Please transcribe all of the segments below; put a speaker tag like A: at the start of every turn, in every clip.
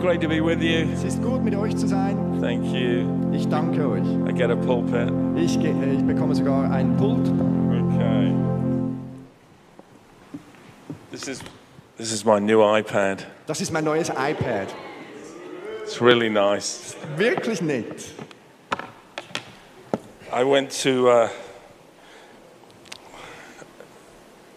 A: great to be with you.
B: Es ist gut, mit euch zu sein.
A: Thank you.
B: Ich danke euch.
A: I get a pulpit.
B: Ich, ge- äh, ich bekomme sogar einen Pult.
A: Okay. This is this is my new iPad.
B: Das ist mein neues iPad.
A: It's really nice.
B: Wirklich nett.
A: I went to uh,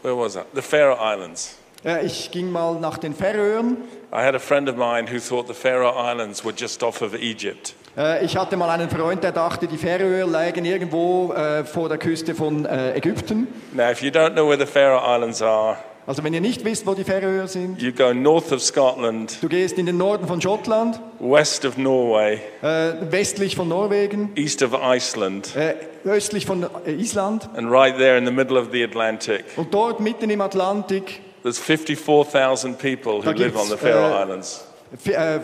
A: where was that? The Faroe Islands.
B: Äh, Ich ging mal nach den Färöern.
A: I had a friend of mine who thought the Faroe Islands were just off of Egypt.
B: Äh, Ich hatte mal einen Freund, der dachte, die Färöer lägen irgendwo äh, vor der Küste von äh, Ägypten.
A: Now, if you don't know where the Faroe Islands are,
B: Also wenn ihr nicht wisst, wo die Färöer sind,
A: you go north of Scotland,
B: du gehst in den Norden von Schottland,
A: west of Norway,
B: äh, westlich von Norwegen,
A: east of Iceland,
B: äh, östlich von äh, Island
A: and right there in the middle of the Atlantic.
B: und dort mitten im Atlantik
A: There's 54,000 people who
B: Da
A: live
B: gibt's,
A: on the Faroe
B: äh,
A: Islands.
B: f- äh,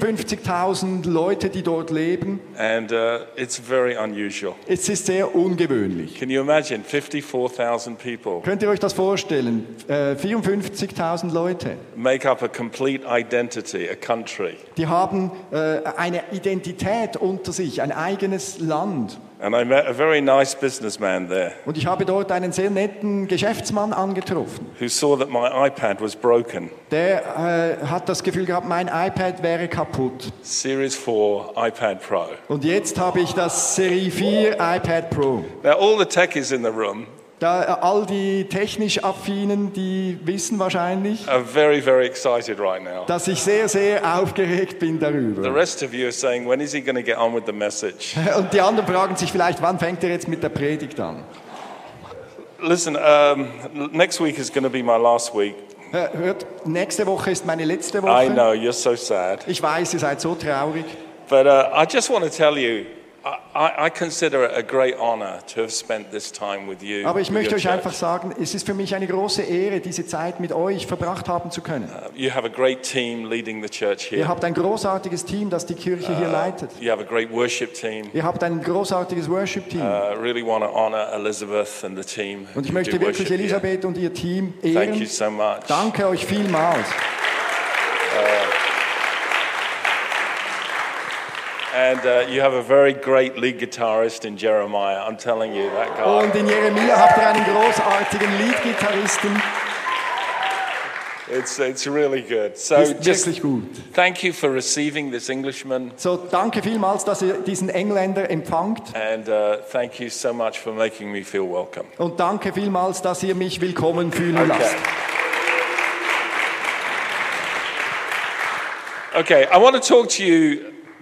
B: 54.000 Leute, die dort leben.
A: And uh, it's very unusual.
B: Es ist sehr ungewöhnlich.
A: Can you imagine 54,000 people
B: Könnt ihr euch das vorstellen? Äh, 54.000 Leute,
A: make up a complete identity, a country?
B: die haben äh, eine Identität unter sich, ein eigenes Land.
A: And I met a very nice businessman there
B: Und ich habe dort einen sehr netten Geschäftsmann angetroffen.
A: who saw that my iPad was broken.
B: Der äh, hat das Gefühl gehabt, mein iPad wäre kaputt.
A: Series 4 iPad Pro.
B: Und jetzt habe ich das Serie 4 iPad Pro.
A: Now, all the techies in the room
B: Da äh, all die technisch Affinen, die wissen wahrscheinlich,
A: are very, very excited right now.
B: dass ich sehr, sehr aufgeregt bin
A: The
B: darüber.
A: rest of you are saying, when is he going to get on with the message?
B: Und die anderen fragen sich vielleicht, wann fängt er jetzt mit der Predigt an?
A: Listen, um, next week is going to be my last week.
B: Äh, Hört, nächste Woche ist meine letzte
A: I
B: Woche.
A: know, you're so sad.
B: Ich weiß, ihr seid so traurig.
A: But uh, I just want to tell you, I, I, I consider it a great honor to have spent this time with you.
B: Aber ich
A: with
B: möchte
A: your
B: euch
A: church.
B: einfach sagen, es ist für mich eine große Ehre, diese Zeit mit euch verbracht haben zu können.
A: You have a great team leading the church
B: Ihr
A: here.
B: habt ein großartiges Team, das die Kirche
A: Uh,
B: hier leitet.
A: You have a great worship team.
B: Ihr habt ein großartiges Worship-Team.
A: I really want to honor Elizabeth and the team.
B: Und ich
A: who
B: möchte
A: do
B: wirklich
A: worship here.
B: Elisabeth und ihr Team
A: Thank you
B: ehren.
A: so much.
B: Danke euch vielmals.
A: And uh, you have a very great lead guitarist in Jeremiah. I'm telling you, that guy.
B: Und in Jeremia habt ihr einen großartigen Leadgitarristen.
A: It's, it's really good. So
B: Ist
A: just
B: wirklich gut.
A: thank you for receiving this Englishman.
B: So, danke vielmals, dass ihr diesen Engländer empfangt.
A: And uh, thank you so much for making me feel welcome.
B: Und danke vielmals, dass ihr mich willkommen fühlen lasst.
A: Okay. Okay, I want to talk to you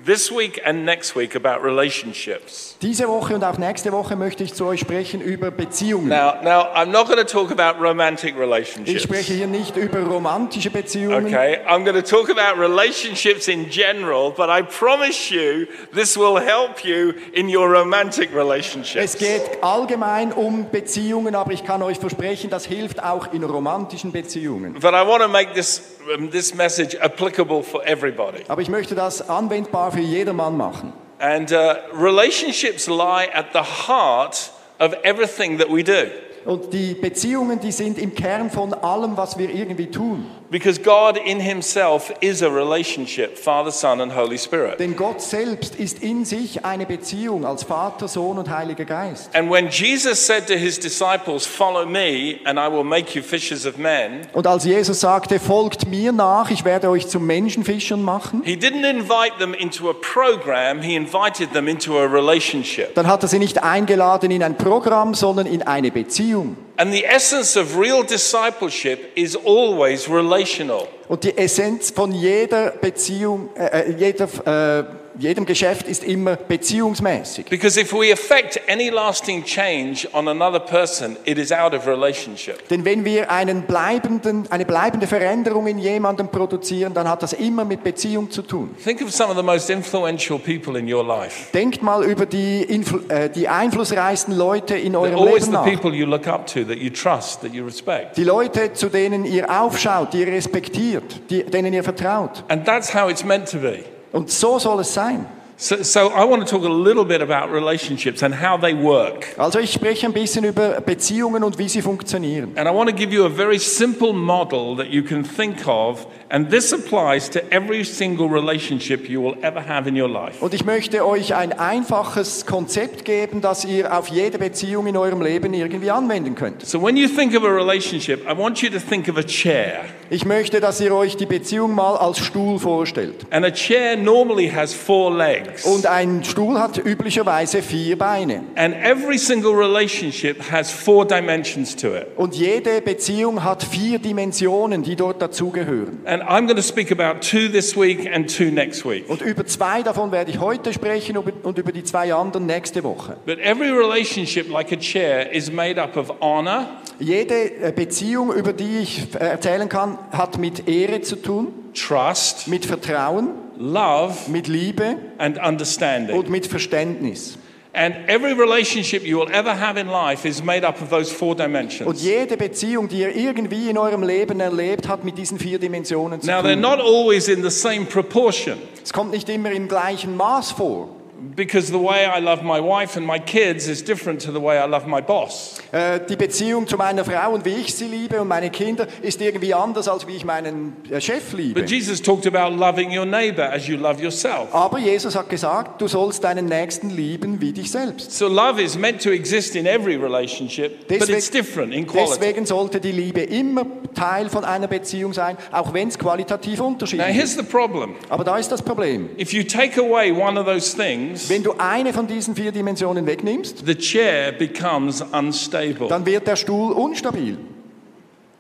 A: this week and next week about relationships.
B: Diese Woche und auch nächste Woche möchte ich zu euch sprechen über Beziehungen.
A: Now, now I'm not going to talk about romantic
B: ich
A: relationships.
B: spreche hier nicht über romantische Beziehungen.
A: Okay, I'm going to talk about relationships in general, but I promise you this will help you in your romantic relationships.
B: Es geht allgemein um Beziehungen, aber ich kann euch versprechen, das hilft auch in romantischen Beziehungen.
A: But I want to make this um, this message applicable for everybody.
B: Aber ich möchte das anwendbar für jedermann machen.
A: And uh, relationships lie at the heart of everything that we do.
B: Und die Beziehungen, die sind im Kern von allem, was wir irgendwie tun.
A: Because God in Himself is a relationship, Father, Son, and Holy Spirit.
B: Denn Gott selbst ist in sich eine Beziehung als Vater, Sohn und Heiliger Geist.
A: And when Jesus said to His disciples, Follow me, and I will make you fishers of men,
B: Und als Jesus sagte, folgt mir nach, ich werde euch zu Menschenfischern machen,
A: He didn't invite them into a program, He invited them into a relationship.
B: dann hat er sie nicht eingeladen in ein Programm, sondern in eine Beziehung.
A: And the essence of real discipleship is always relational.
B: Und die Essenz von jeder Beziehung, äh, äh, jeder, äh, jedem Geschäft ist immer beziehungsmäßig.
A: Because if we effect any lasting change on another person, it is out of relationship.
B: Denn wenn wir einen bleibenden, eine bleibende Veränderung in jemandem produzieren, dann hat das immer mit Beziehung zu tun.
A: Think of some of the most influential people in your life.
B: Denkt mal über die, Influ äh, die einflussreichsten Leute in
A: They're
B: eurem
A: always
B: Leben
A: the
B: nach.
A: people you look up to, that you trust, that you respect.
B: Die Leute, zu denen ihr aufschaut, die ihr respektiert, die, denen ihr vertraut.
A: And that's how it's meant to be.
B: Und so soll es sein.
A: So, so I want to talk a little bit about relationships and how they work.
B: Also ich spreche ein bisschen über Beziehungen und wie sie funktionieren.
A: And I want to give you a very simple model that you can think of, and this applies to every single relationship you will ever have in your life.
B: Und ich möchte euch ein einfaches Konzept geben, das ihr auf jede Beziehung in eurem Leben irgendwie anwenden könnt.
A: So when you think of a relationship, I want you to think of a chair.
B: Ich möchte, dass ihr euch die Beziehung mal als Stuhl vorstellt.
A: And a chair normally has four legs.
B: Und ein Stuhl hat üblicherweise vier Beine.
A: And every single relationship has four dimensions to it.
B: Und jede Beziehung hat vier Dimensionen, die dort dazugehören.
A: And I'm going to speak about two this week and two next week.
B: Und über zwei davon werde ich heute sprechen und über die zwei anderen nächste Woche.
A: But every relationship, like a chair, is made up of honor,
B: Jede äh, Beziehung, über die ich äh, erzählen kann, hat mit Ehre zu tun,
A: trust,
B: mit Vertrauen,
A: love,
B: mit Liebe
A: and understanding.
B: und mit Verständnis.
A: And every relationship you will ever have in life is made up of those four
B: Und
A: dimensions.
B: jede Beziehung, die ihr irgendwie in eurem Leben erlebt, hat mit diesen vier Dimensionen zu
A: Now, they're
B: tun.
A: not always in the same proportion
B: Es kommt nicht immer im gleichen Maß vor.
A: because the way I love my wife and my kids is different to the way I love my boss.
B: Äh, Die Beziehung zu meiner Frau und wie ich sie liebe und meine Kinder ist irgendwie anders, als wie ich meinen äh, Chef
A: But
B: liebe.
A: Jesus talked about loving your neighbor as you love yourself.
B: Aber Jesus hat gesagt, du sollst deinen Nächsten lieben wie dich selbst.
A: So, love is meant to exist in every relationship, but
B: Deswegen-
A: it's different in quality.
B: Deswegen sollte die Liebe immer Teil von einer Beziehung sein, auch wenn es qualitativ
A: Now,
B: unterschiedlich ist.
A: here's the problem.
B: Aber da ist das Problem.
A: If you take away one of those things,
B: Wenn du eine von diesen vier Dimensionen wegnimmst,
A: the chair becomes unstable.
B: dann wird der Stuhl unstabil.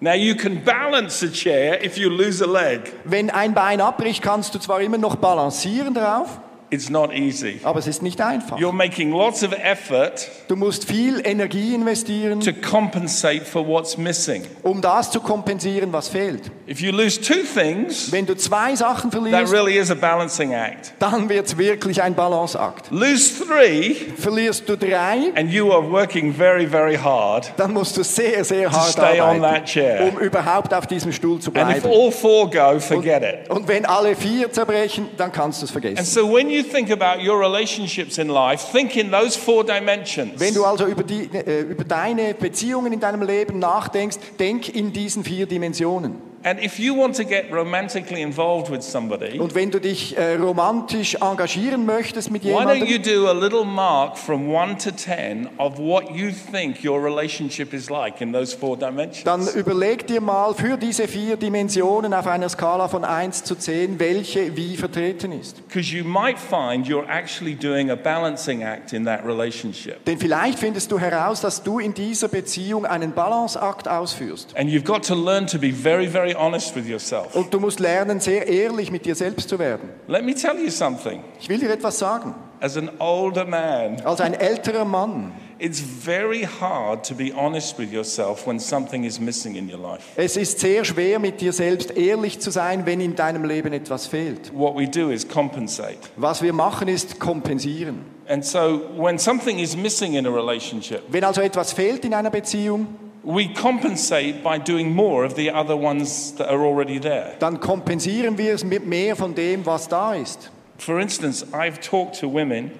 A: Now, you can balance a chair if you lose a leg.
B: Wenn ein Bein abbricht, kannst du zwar immer noch balancieren drauf,
A: It's not easy.
B: aber es ist nicht einfach.
A: You're making lots of effort
B: Du musst viel Energie investieren,
A: to compensate for what's missing.
B: um das zu kompensieren, was fehlt.
A: If you lose two things,
B: Wenn du zwei Sachen
A: that
B: verlierst,
A: really is a balancing act.
B: dann wird es wirklich ein Balanceakt.
A: Lose three,
B: Verlierst du drei,
A: and you are working very, very hard.
B: dann musst du sehr, sehr
A: To
B: hart
A: stay on that
B: arbeiten,
A: chair.
B: um überhaupt auf diesem Stuhl zu
A: And if
B: bleiben.
A: all four go, forget it.
B: Und wenn alle vier zerbrechen, dann kannst du es
A: And
B: vergessen.
A: so when you think about your relationships in life, think in those four dimensions.
B: Wenn du also über, die, äh, über deine Beziehungen in deinem Leben nachdenkst, denk in diesen vier Dimensionen.
A: And if you want to get romantically involved with somebody,
B: Und wenn du dich äh, romantisch engagieren möchtest mit
A: why don't you
B: jemandem,
A: do a little mark from 1 to 10 of what you think your relationship is like in those four
B: dann
A: dimensions?
B: überleg dir mal für diese vier Dimensionen auf einer Skala von 1 zu 10, welche wie vertreten ist.
A: Because you might find you're actually doing a balancing act in that relationship.
B: Denn vielleicht findest du heraus, dass du in dieser Beziehung einen Balanceakt ausführst.
A: And you've got to learn to be very, very honest with yourself.
B: Und du musst lernen, sehr ehrlich mit dir selbst zu werden.
A: Let me tell you something.
B: Ich will dir etwas sagen.
A: As an older man,
B: Als ein älterer Mann,
A: it's very hard to be honest with yourself when something is missing in your life.
B: es ist sehr schwer, mit dir selbst ehrlich zu sein, wenn in deinem Leben etwas fehlt.
A: What we do is compensate.
B: Was wir machen, ist kompensieren.
A: And so when something is missing in a relationship,
B: Wenn also etwas fehlt in einer Beziehung,
A: we compensate by doing more of the other ones that are already there.
B: dann kompensieren wir es mit mehr von dem, was da ist.
A: For instance, I've talked to women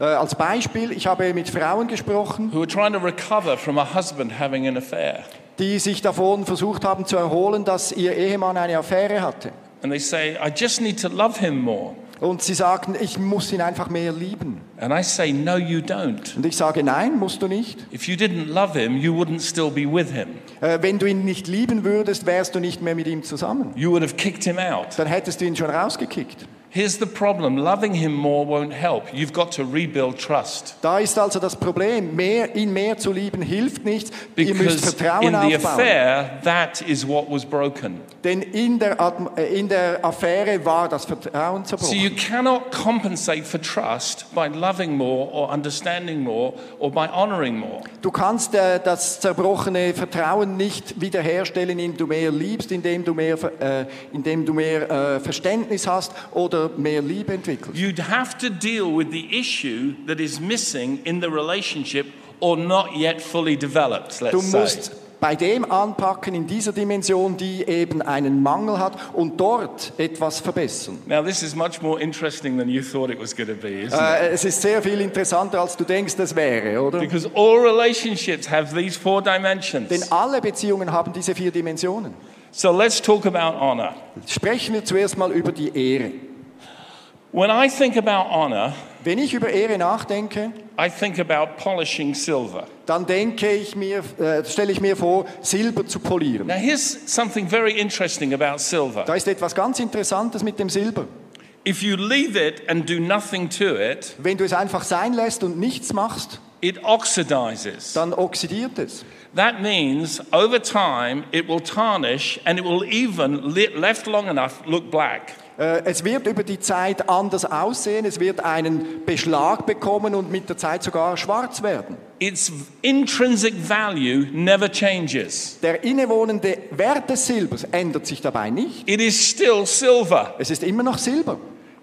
B: Äh, als Beispiel, ich habe mit Frauen gesprochen,
A: who are trying to recover from a husband having an affair.
B: die sich davon versucht haben zu erholen, dass ihr Ehemann eine Affäre hatte.
A: And they say, I just need to love him more.
B: Und sie sagten, ich muss ihn einfach mehr lieben.
A: And I say, No, you don't.
B: Und ich sage, nein, musst du nicht.
A: If you didn't love him, you wouldn't still be with him.
B: Äh, Wenn du ihn nicht lieben würdest, wärst du nicht mehr mit ihm zusammen.
A: You would have kicked him out.
B: Dann hättest du ihn schon rausgekickt.
A: Here's the problem loving him more won't help. You've got to rebuild trust.
B: Da ist also das Problem. Mehr, ihn mehr zu lieben hilft nichts. Ihr müsst
A: Because in
B: Vertrauen
A: the
B: aufbauen.
A: affair, that is what was broken.
B: Denn in der, Atm- äh, in der Affäre war das Vertrauen
A: So
B: zerbrochen.
A: you cannot compensate for trust by loving more or understanding more or by honoring more.
B: Du kannst äh, das zerbrochene Vertrauen nicht wiederherstellen, indem du mehr liebst, indem du mehr, Ver- äh, indem du mehr äh, Verständnis hast oder mehr Liebe entwickelst.
A: You'd have to deal with the issue that is missing in the relationship or not yet fully developed,
B: Du
A: let's say.
B: musst bei dem anpacken in dieser Dimension, die eben einen Mangel hat und dort etwas verbessern.
A: Now, this is much more interesting than you thought it was going to be, isn't it?
B: Äh, es ist sehr viel interessanter, als du denkst, es wäre, oder?
A: Because all relationships have these four dimensions.
B: Denn alle Beziehungen haben diese vier Dimensionen.
A: So let's talk about honor.
B: Sprechen wir zuerst mal über die Ehre.
A: When I think about honor,
B: Wenn ich über Ehre nachdenke,
A: I think about polishing silver.
B: dann denke ich mir, äh, stelle ich mir vor, Silber zu polieren.
A: Now, here's something very interesting about silver.
B: Da ist etwas ganz Interessantes mit dem Silber.
A: If you leave it and do nothing to it,
B: Wenn du es einfach sein lässt und nichts machst,
A: it oxidizes.
B: dann oxidiert es.
A: That means over time it will tarnish and it will even, le- left long enough, look black.
B: Äh, Es wird über die Zeit anders aussehen, es wird einen Beschlag bekommen und mit der Zeit sogar schwarz werden.
A: Its intrinsic value never changes.
B: Der innewohnende Wert des Silbers ändert sich dabei nicht.
A: It is still silver.
B: Es ist immer noch Silber.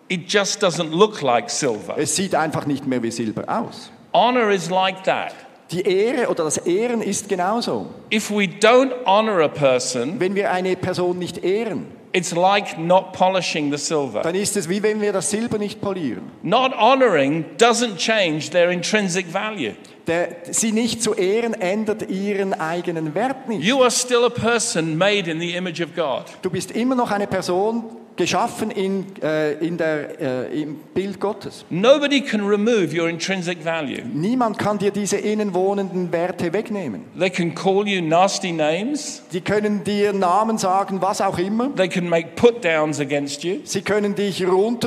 A: It just doesn't look like silver.
B: Es sieht einfach nicht mehr wie Silber aus.
A: Honor is like that.
B: Die Ehre oder das Ehren ist genauso.
A: If we don't honor a person,
B: Wenn wir eine Person nicht ehren,
A: it's like not polishing the silver.
B: dann ist es wie wenn wir das Silber nicht polieren.
A: Not honoring doesn't change their intrinsic value.
B: Der, sie nicht zu ehren ändert ihren eigenen Wert nicht.
A: You are still a person made in the image of God.
B: Du bist immer noch eine Person, geschaffen in, äh, in der, äh, im Bild Gottes.
A: Nobody can remove your intrinsic value.
B: Niemand kann dir diese innenwohnenden Werte wegnehmen.
A: They can call you nasty names.
B: Die können dir Namen sagen, was auch immer.
A: They can make put downs against you.
B: Sie können dich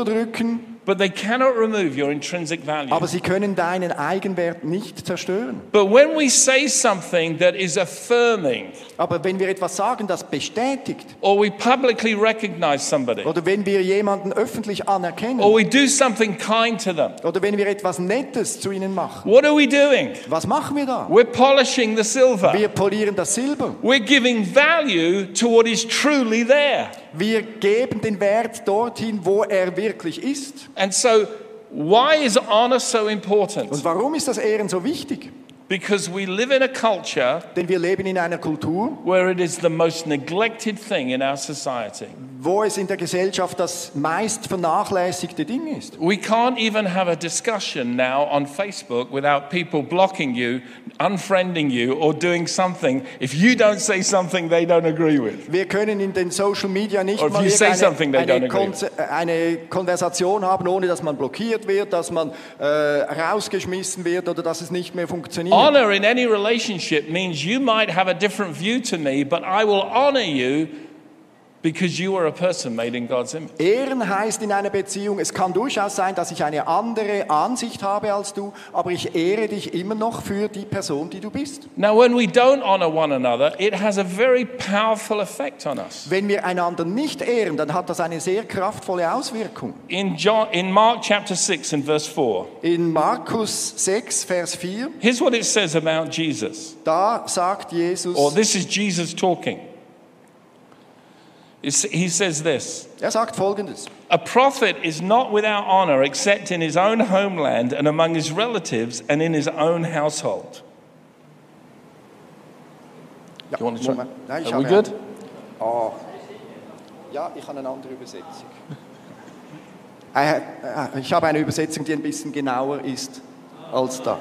B: runterdrücken,
A: But they cannot remove your intrinsic value.
B: aber sie können deinen Eigenwert nicht zerstören.
A: But when we say something that is affirming,
B: Aber wenn wir etwas sagen, das bestätigt,
A: or we publicly recognize somebody,
B: oder wenn wir jemanden öffentlich
A: or
B: anerkennen,
A: we do something kind to them,
B: oder wenn wir etwas Nettes zu ihnen machen,
A: what are we doing?
B: was machen wir da?
A: We're polishing the silver.
B: Wir polieren das Silber.
A: We're giving value to what is truly there.
B: Wir geben den Wert dorthin, wo er wirklich ist.
A: And so, why is honor so important?
B: Und warum ist das Ehren so wichtig?
A: Because we live in a culture
B: Denn wir leben in einer Kultur,
A: where it is the most neglected thing in our society.
B: wo es in der Gesellschaft das meist vernachlässigte Ding ist.
A: We can't even have a discussion now on Facebook without people blocking you, unfriending you, or doing something if you don't say something they don't agree with.
B: Wir können in den Social Media nicht
A: Or if
B: mal
A: you say something they
B: irgendeine- eine,
A: don't agree
B: Konze-
A: with.
B: äh, eine Konversation haben, ohne dass man blockiert wird, dass man äh, rausgeschmissen wird oder dass es nicht mehr funktioniert.
A: Honor in any relationship means you might have a different view to me, but I will honor you because you are a person made in God's image.
B: Ehren heißt in einer Beziehung, es kann durchaus sein, dass ich eine andere Ansicht habe als du, aber ich ehre dich immer noch für die Person, die du bist.
A: Now, when we don't honor one another, it has a very powerful effect on us.
B: Wenn wir einander nicht ehren, dann hat das eine sehr kraftvolle Auswirkung.
A: In, John, in Mark chapter 6 and verse 4,
B: In Markus 6, Vers 4,
A: here's what it says about Jesus.
B: da sagt
A: Or
B: Jesus,
A: this is Jesus talking. It's- He says this
B: er sagt folgendes.
A: A prophet is not without honor except in his own homeland and among his relatives and in his own household.
B: Ja,
A: You want to try?
B: Moment. Nein, ich
A: Are we
B: habe-
A: good?
B: Ah. Ja, ich habe eine andere Übersetzung. Äh, äh, Ich habe eine Übersetzung, die ein bisschen genauer ist als da.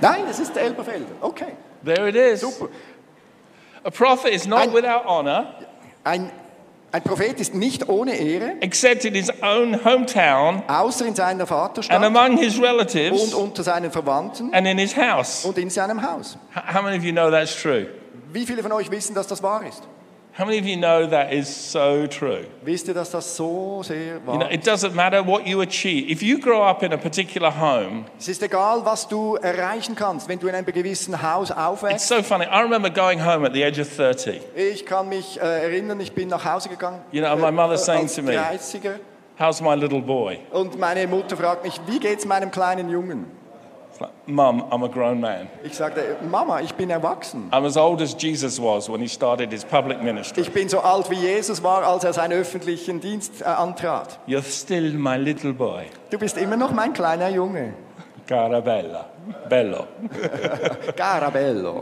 B: Nein, es ist der Elberfelder. Okay,
A: There it is.
B: super.
A: A prophet is not
B: I-
A: without honor
B: Ein, ein Prophet ist nicht ohne Ehre,
A: except in his own hometown
B: außer in seiner
A: and
B: Vaterstadt
A: among his relatives
B: und unter seinen Verwandten
A: and in his house. H-
B: und in seinem Haus.
A: How many of you know that's true?
B: Wie viele von euch wissen, dass das wahr ist?
A: How many of you know that is so true?
B: Wisst ihr, dass das so sehr
A: You know,
B: wahr ist?
A: it doesn't matter what you achieve. If you grow up in a particular home,
B: Es ist egal, was du erreichen kannst, wenn du in einem gewissen Haus aufwächst.
A: It's so funny. I remember going home at the age of 30.
B: Ich kann mich äh, erinnern, ich bin nach Hause gegangen. Äh,
A: You know, my mother
B: als
A: saying to me.
B: 30er.
A: How's my little boy?
B: Und meine Mutter fragt mich, wie geht's meinem kleinen Jungen?
A: It's like, Mum, I'm a grown man.
B: Ich sagte, Mama, ich bin erwachsen.
A: I'm as old as Jesus was when he started his public ministry.
B: Ich bin so alt wie Jesus war, als er seinen öffentlichen Dienst äh, antrat.
A: You're still my little boy.
B: Du bist immer noch mein kleiner Junge.
A: Carabella. Bello.
B: Garabello.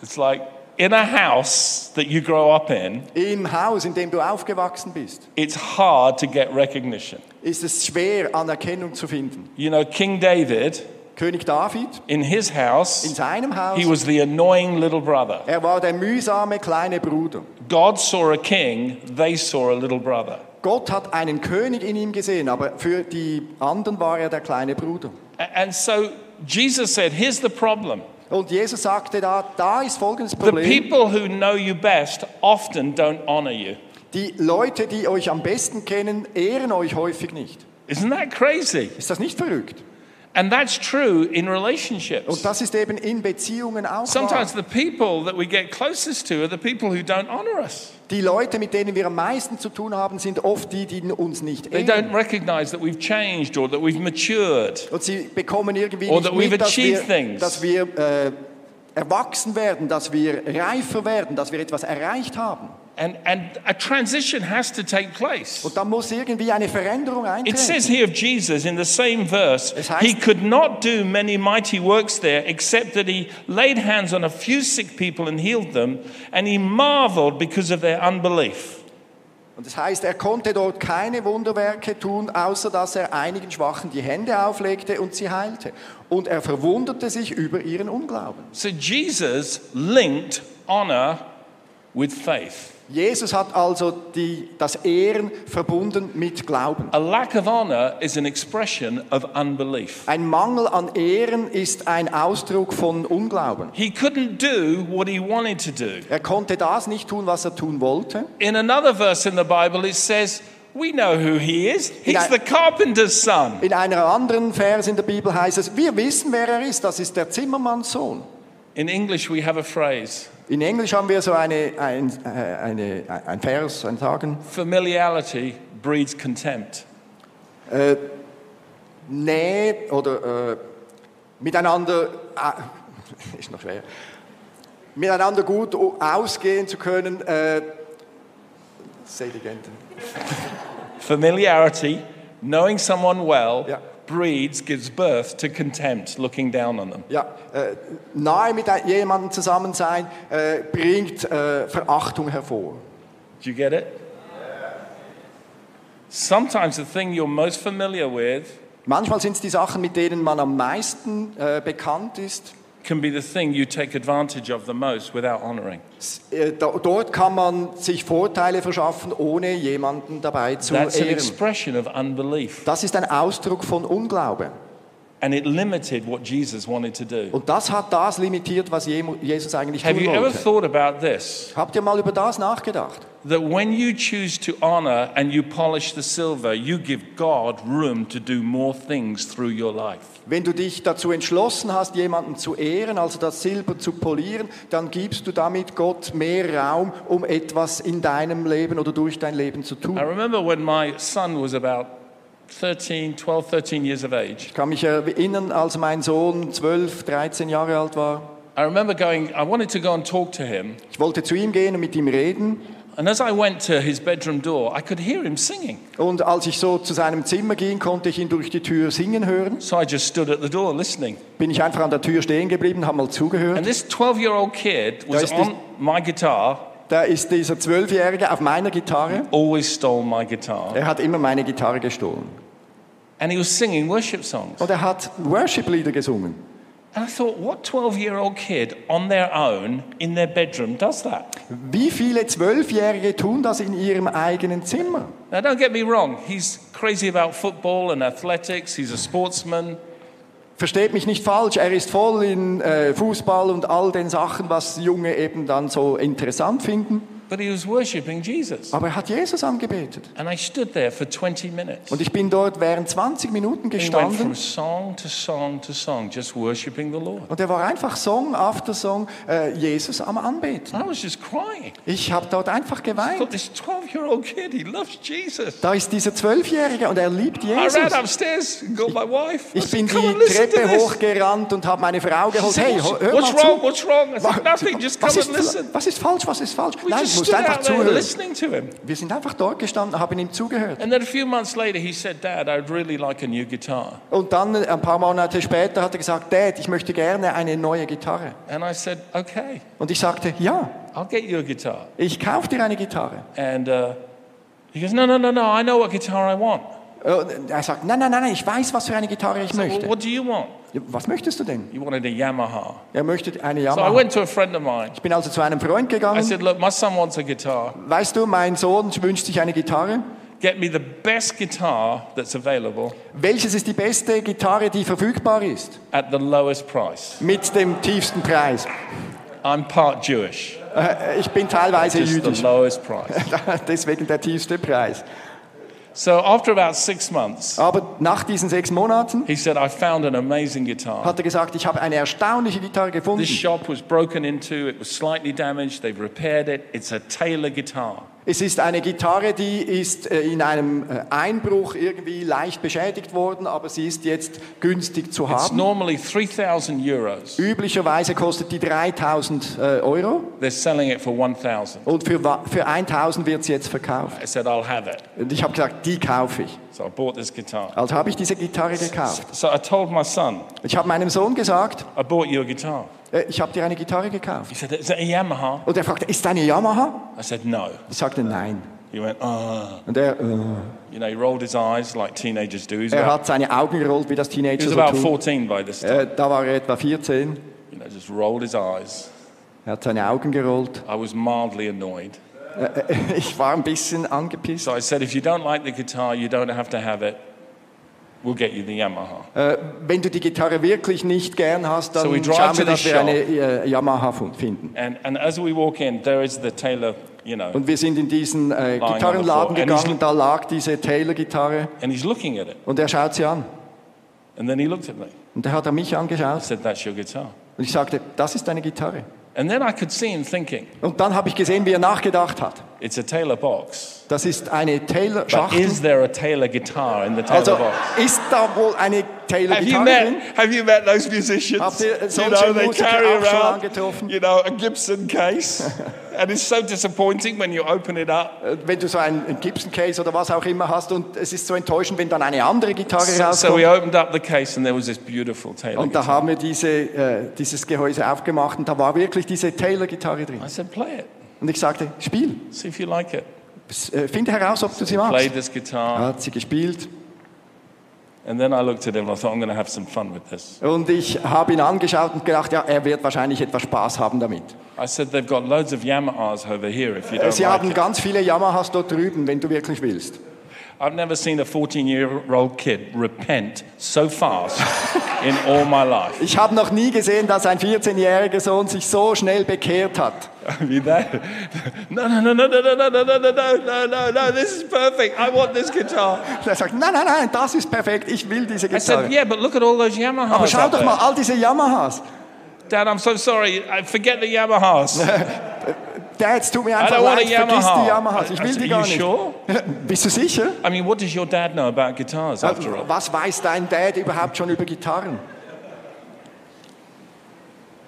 A: It's like in a house that you grow up in,
B: Im Haus, in dem du aufgewachsen bist,
A: it's hard to get recognition.
B: ist es schwer, Anerkennung zu finden.
A: You know, King David,
B: König David,
A: in his
B: in
A: house,
B: seinem
A: he
B: Haus,
A: was the annoying little brother.
B: er war der mühsame kleine Bruder.
A: God saw a king, they saw a little brother.
B: Gott hat einen König in ihm gesehen, aber für die anderen war er der kleine Bruder.
A: A- And so Jesus said, Here's the problem.
B: Und Jesus sagte da, da ist folgendes
A: The
B: Problem.
A: people who know you best often don't honor you.
B: Die Leute, die euch am besten kennen, ehren euch häufig nicht.
A: Isn't that crazy?
B: Ist das nicht verrückt?
A: And that's true in
B: Und
A: relationships.
B: das ist eben in Beziehungen auch wahr.
A: Sometimes the people that we get closest to are the people who don't honor us.
B: Die Leute, mit denen wir am meisten zu tun haben, sind oft die, die uns nicht
A: They don't
B: ehren.
A: recognize that we've changed or that we've matured.
B: Und sie bekommen irgendwie
A: Or
B: nicht
A: that we've
B: mit, dass wir,
A: achieved things.
B: dass wir äh, erwachsen werden, dass wir reifer werden, dass wir etwas erreicht haben.
A: And, and a transition has to take place.
B: Und dann muss irgendwie eine Veränderung
A: It
B: eintreten.
A: says here of Jesus in the same verse,
B: Es heißt-
A: he could not do many mighty works there, except that he laid hands on a few sick people and healed them, and he marveled because of their unbelief.
B: Und das heißt, er konnte dort keine Wunderwerke tun, außer dass er einigen Schwachen die Hände auflegte und sie heilte. Und er verwunderte sich über ihren Unglauben.
A: So Jesus linked honor with faith.
B: Jesus hat also die, das Ehren verbunden mit Glauben.
A: A lack of honor is an expression of unbelief.
B: Ein Mangel an Ehren ist ein Ausdruck von Unglauben.
A: He couldn't do what he wanted to do.
B: Er konnte das nicht tun, was er tun wollte.
A: In another verse in the Bible, it says, We know who he is. He's
B: Yeah.
A: the carpenter's son.
B: In einer anderen Vers in der Bibel heißt es, wir wissen, wer er ist, das ist der Zimmermannssohn.
A: In English, we have a phrase
B: In Englisch haben wir so eine, ein, äh, eine, ein Vers, ein Sagen.
A: familiarity breeds contempt.
B: Nähe äh, oder äh, miteinander, äh, ist noch schwer, miteinander gut o- ausgehen zu können. Äh, say it again.
A: Familiarity, knowing someone well,
B: Yeah.
A: breeds, gives birth to contempt, looking down on them.
B: Ja, äh, nahe mit ein- jemandem zusammen sein äh, bringt äh, Verachtung hervor.
A: Do you get it? Sometimes the thing you're most familiar with
B: Manchmal sind es die Sachen, mit denen man am meisten äh, bekannt ist.
A: can be the thing you take advantage of the most without honoring.
B: S- Äh, do- dort kann man sich Vorteile verschaffen, ohne jemanden dabei zu
A: That's an
B: ehren.
A: expression of unbelief.
B: Das ist ein Ausdruck von Unglaube.
A: And it limited what Jesus wanted to do.
B: Und das hat das limitiert, was Jemu- Jesus eigentlich
A: Have
B: tun
A: you ever
B: wollte.
A: thought about this?
B: Habt ihr mal über das nachgedacht?
A: That when you choose to honor and you polish the silver, you give God room to do more things through your life.
B: Wenn du dich dazu entschlossen hast, jemanden zu ehren, also das Silber zu polieren, dann gibst du damit Gott mehr Raum, um etwas in deinem Leben oder durch dein Leben zu
A: I
B: tun.
A: remember when my son was about 13, 12, 13 years of age.
B: Ich kann mich erinnern, als mein Sohn 12, 13 Jahre alt war.
A: I remember going, I wanted to go and talk to him.
B: Ich wollte zu ihm gehen und mit ihm reden.
A: And as I went to his bedroom door, I could hear him singing.
B: Und als ich so zu seinem Zimmer ging, konnte ich ihn durch die Tür singen hören.
A: So I just stood at the door listening.
B: Bin ich einfach an der Tür stehen geblieben, habe mal zugehört.
A: And this 12 year old kid was
B: Guys, this-
A: on my guitar,
B: Da ist dieser Zwölfjährige auf meiner Gitarre.
A: always stole my guitar,
B: Er hat immer meine Gitarre gestohlen.
A: and he was singing worship songs.
B: Und er hat Worship-Lieder gesungen.
A: And I thought, what 12 year old kid on their own in their bedroom does that?
B: Wie viele Zwölfjährige tun das in ihrem eigenen Zimmer?
A: Now, don't get me wrong, he's crazy about football and athletics, he's a sportsman,
B: Versteht mich nicht falsch, er ist voll in äh, Fußball und all den Sachen, was Junge eben dann so interessant finden.
A: but he was worshipping Jesus.
B: Aber er hat Jesus angebetet.
A: And I stood there for 20 minutes.
B: Und ich bin dort während 20 Minuten
A: He went from
B: gestanden
A: song to song to song, just worshipping the Lord.
B: und er war einfach Song after Song äh, Jesus am Anbeten.
A: And I was just crying.
B: Ich habe dort einfach
A: I thought,
B: geweint.
A: this 12 year old kid, he loves Jesus.
B: Da ist dieser Zwölfjährige und er liebt
A: I
B: Jesus.
A: ran upstairs and got my wife. I
B: Ich bin
A: said, Come
B: die
A: on, listen to
B: Treppe
A: this.
B: hochgerannt und habe meine Frau
A: She
B: geholt.
A: said,
B: Hey,
A: what's,
B: hör
A: what's
B: mal
A: wrong?
B: zu.
A: What's wrong? I said,
B: Wa-
A: Nothing, just come
B: was,
A: and
B: ist,
A: listen.
B: was ist falsch? Was ist falsch?
A: We
B: Nein,
A: just
B: musst
A: stood
B: einfach
A: out there
B: zuhören.
A: listening to him.
B: Wir sind einfach dort gestanden, haben ihm zugehört.
A: And then a few months later, he said, Dad, I'd really like a new guitar.
B: Und dann, äh, ein paar Monate später, hat er gesagt, Dad, ich möchte gerne eine neue Gitarre.
A: And I said, Okay,
B: Und ich sagte, ja,
A: I'll get you a guitar.
B: ich kaufe dir eine Gitarre.
A: And uh, he goes, No, no, no, no, I know what guitar I want.
B: Und er sagt, nein, nein, nein, nein, ich weiß, was für eine Gitarre ich
A: So, well,
B: möchte.
A: what do you want?
B: Ja, Was möchtest du denn?
A: You wanted a Yamaha.
B: Er möchte eine
A: So I
B: Yamaha. Um,
A: went to a friend of mine.
B: Ich bin also zu einem Freund
A: I
B: gegangen.
A: said, Look, my son wants a guitar.
B: Weißt du, mein Sohn wünscht sich eine Gitarre.
A: Get me the best guitar that's available
B: Welches ist die beste Gitarre, die verfügbar ist?
A: at the lowest price.
B: Mit dem tiefsten Preis.
A: I'm part Jewish,
B: Äh, Ich bin teilweise
A: just the
B: jüdisch,
A: lowest price.
B: deswegen der tiefste Preis.
A: So after about six months,
B: Aber nach diesen sechs Monaten
A: he said, I found an amazing guitar.
B: hat er gesagt, ich habe eine erstaunliche Gitarre
A: This
B: gefunden.
A: shop was broken into, it was slightly damaged, they've repaired it. It's a Taylor guitar.
B: Es ist eine Gitarre, die ist äh, in einem äh, Einbruch irgendwie leicht beschädigt worden, aber sie ist jetzt günstig zu
A: It's
B: haben.
A: normally 3,000 euros.
B: Üblicherweise kostet die 3000 äh, Euro
A: They're selling it for 1,000.
B: und für, wa- für 1000 wird sie jetzt verkauft.
A: I said, I'll have it.
B: Und ich habe gesagt, die kaufe ich.
A: So I bought this guitar.
B: Also habe ich diese Gitarre gekauft.
A: So I told my son,
B: Ich habe meinem Sohn gesagt,
A: I bought you a guitar.
B: äh, ich habe dir eine Gitarre gekauft.
A: He said, Is it a Yamaha?
B: Und er fragte, ist das eine Yamaha?
A: I said, No.
B: Ich sagte, nein.
A: He went, Ah.
B: Und er, äh,
A: You know, he rolled his eyes like teenagers do. He's
B: er
A: about,
B: hat seine Augen gerollt, wie das
A: he
B: Teenager
A: was
B: so
A: about
B: tun.
A: 14 by this time.
B: Äh, da war er etwa 14.
A: You know, just rolled his eyes.
B: Er hat seine Augen gerollt. Äh,
A: I was mildly annoyed.
B: Ich war ein bisschen angepisst.
A: So I said, If you don't like the guitar, you don't have to have it. We'll get you the Yamaha.
B: Äh, wenn du die Gitarre wirklich nicht gern hast, dann
A: So we drive
B: schauen
A: to
B: wir,
A: the
B: dass wir
A: shop.
B: eine äh, Yamaha fu- finden.
A: And, and as we walk in, there is the Taylor, you know,
B: Und wir sind in diesen äh,
A: on the
B: Gitarrenladen
A: floor. And he's-
B: gegangen, und da lag diese Taylor-Gitarre
A: and he's looking at it.
B: und er schaut sie an.
A: And then he looked at me.
B: Und er hat er mich angeschaut
A: said, That's your guitar.
B: und ich sagte, das ist eine Gitarre.
A: And then I could see him thinking,
B: Und dann habe ich gesehen, wie er nachgedacht hat.
A: It's a Taylor box.
B: Das ist eine
A: But
B: Taylor-Schachtel.
A: is there a Taylor guitar in the Taylor
B: Also
A: box?
B: ist da wohl eine
A: Have you
B: Taylor-Gitarre drin?
A: met Have you met those musicians?
B: Habt ihr
A: you
B: solche
A: know, they
B: Musiker
A: carry
B: auch schon
A: around,
B: angetroffen?
A: you know, a Gibson case, and it's so disappointing when you open it up.
B: Äh, Wenn du so einen Gibson-Case oder was auch immer hast und es ist so enttäuschend, wenn dann eine andere Gitarre
A: So,
B: rauskommt.
A: so we opened up the case, and there was this beautiful Taylor.
B: Und da
A: guitar.
B: haben wir diese, äh, dieses Gehäuse aufgemacht und da war wirklich diese Taylor-Gitarre drin.
A: I said, "Play it.
B: Und ich sagte, spiel,
A: See if you like it."
B: S- äh, finde heraus, ob du sie magst.
A: Played this guitar,
B: Hat sie gespielt
A: and then I looked at him. and I thought, "I'm going to have some fun with this."
B: und ich habe ihn angeschaut und gedacht, ja, er wird wahrscheinlich etwas Spaß haben damit.
A: I said, "They've got loads of Yamahas over here. If you don't
B: Sie
A: like
B: haben
A: it,
B: ganz viele Yamahas dort drüben, wenn du wirklich willst.
A: I've never seen a 14-year-old kid repent so fast in all my life."
B: Ich habe noch nie gesehen, dass ein 14-jähriger Sohn sich so schnell bekehrt hat.
A: I mean that. No, no, no, no, no, no, no, no, no, no, no, no, no, no. This is perfect. I want this guitar.
B: Er sagt, nein, nein, nein, das ist perfekt, ich will diese
A: I said,
B: Gitarre.
A: yeah, but look at all those
B: Aber
A: Yamahas.
B: schau
A: Out
B: doch mal
A: there.
B: all diese Yamahas.
A: Dad, I'm so sorry. I forget the Yamahas.
B: Dad, es tut mir
A: I
B: einfach
A: don't want a
B: leid, vergiss die
A: Yamaha.
B: Yamahas, ich
A: I
B: will
A: said,
B: die gar
A: Are you
B: nicht.
A: sure?
B: Bist du sicher?
A: I mean, what does your dad know about guitars after all?
B: Was weiß dein Dad überhaupt schon über Gitarren?